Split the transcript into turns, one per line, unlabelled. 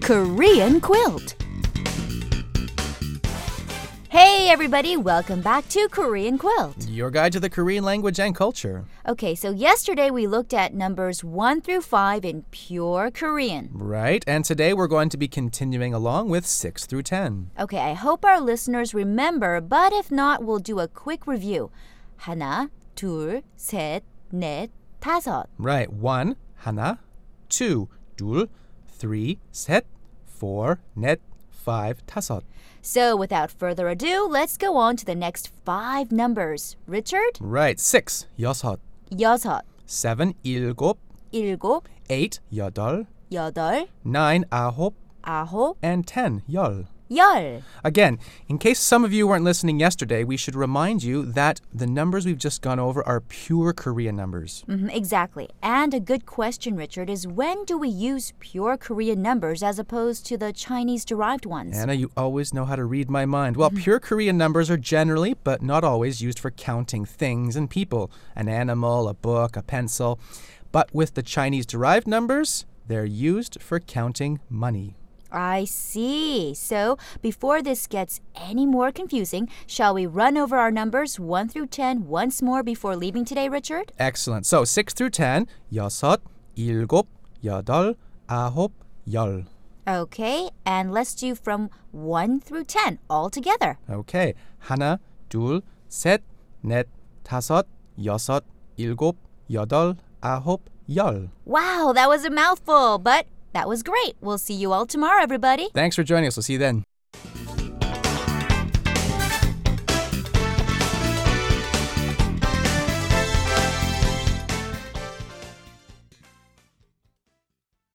Korean quilt. Hey everybody, welcome back to Korean Quilt.
Your guide to the Korean language and culture.
Okay, so yesterday we looked at numbers 1 through 5 in pure Korean.
Right, and today we're going to be continuing along with 6 through 10.
Okay, I hope our listeners remember, but if not, we'll do a quick review. 하나, 둘, 셋, 넷, 다섯.
Right, 1, 하나, 2, 둘, 3, 셋, 4, 넷, 5, 다섯.
So without further ado, let's go on to the next 5 numbers. Richard?
Right, 6, 여섯,
여섯,
7, 일곱,
일곱,
8, 여덟,
여덟,
9, 아홉,
아홉,
and 10, 열.
열.
Again, in case some of you weren't listening yesterday, we should remind you that the numbers we've just gone over are pure Korean numbers.
Mhm, exactly. And a good question, Richard, is when do we use pure Korean numbers as opposed to the Chinese derived ones?
Anna, you always know how to read my mind. Well, pure Korean numbers are generally, but not always, used for counting things and people an animal, a book, a pencil. But with the Chinese derived numbers, they're used for counting money.
I see. So, before this gets any more confusing, shall we run over our numbers 1 through 10 once more before leaving today, Richard?
Excellent. So 6 through 10, 여섯, 일곱, 여덟, 아홉, 열.
Okay, and let's do from 1 through 10 all together.
오케이. 하나, 둘, 셋, 넷, 다섯, 여섯, 일곱, 여덟, 아홉, 열.
Wow, that was a mouthful, but that was great. We'll see you all tomorrow, everybody.
Thanks for joining us. We'll see you then.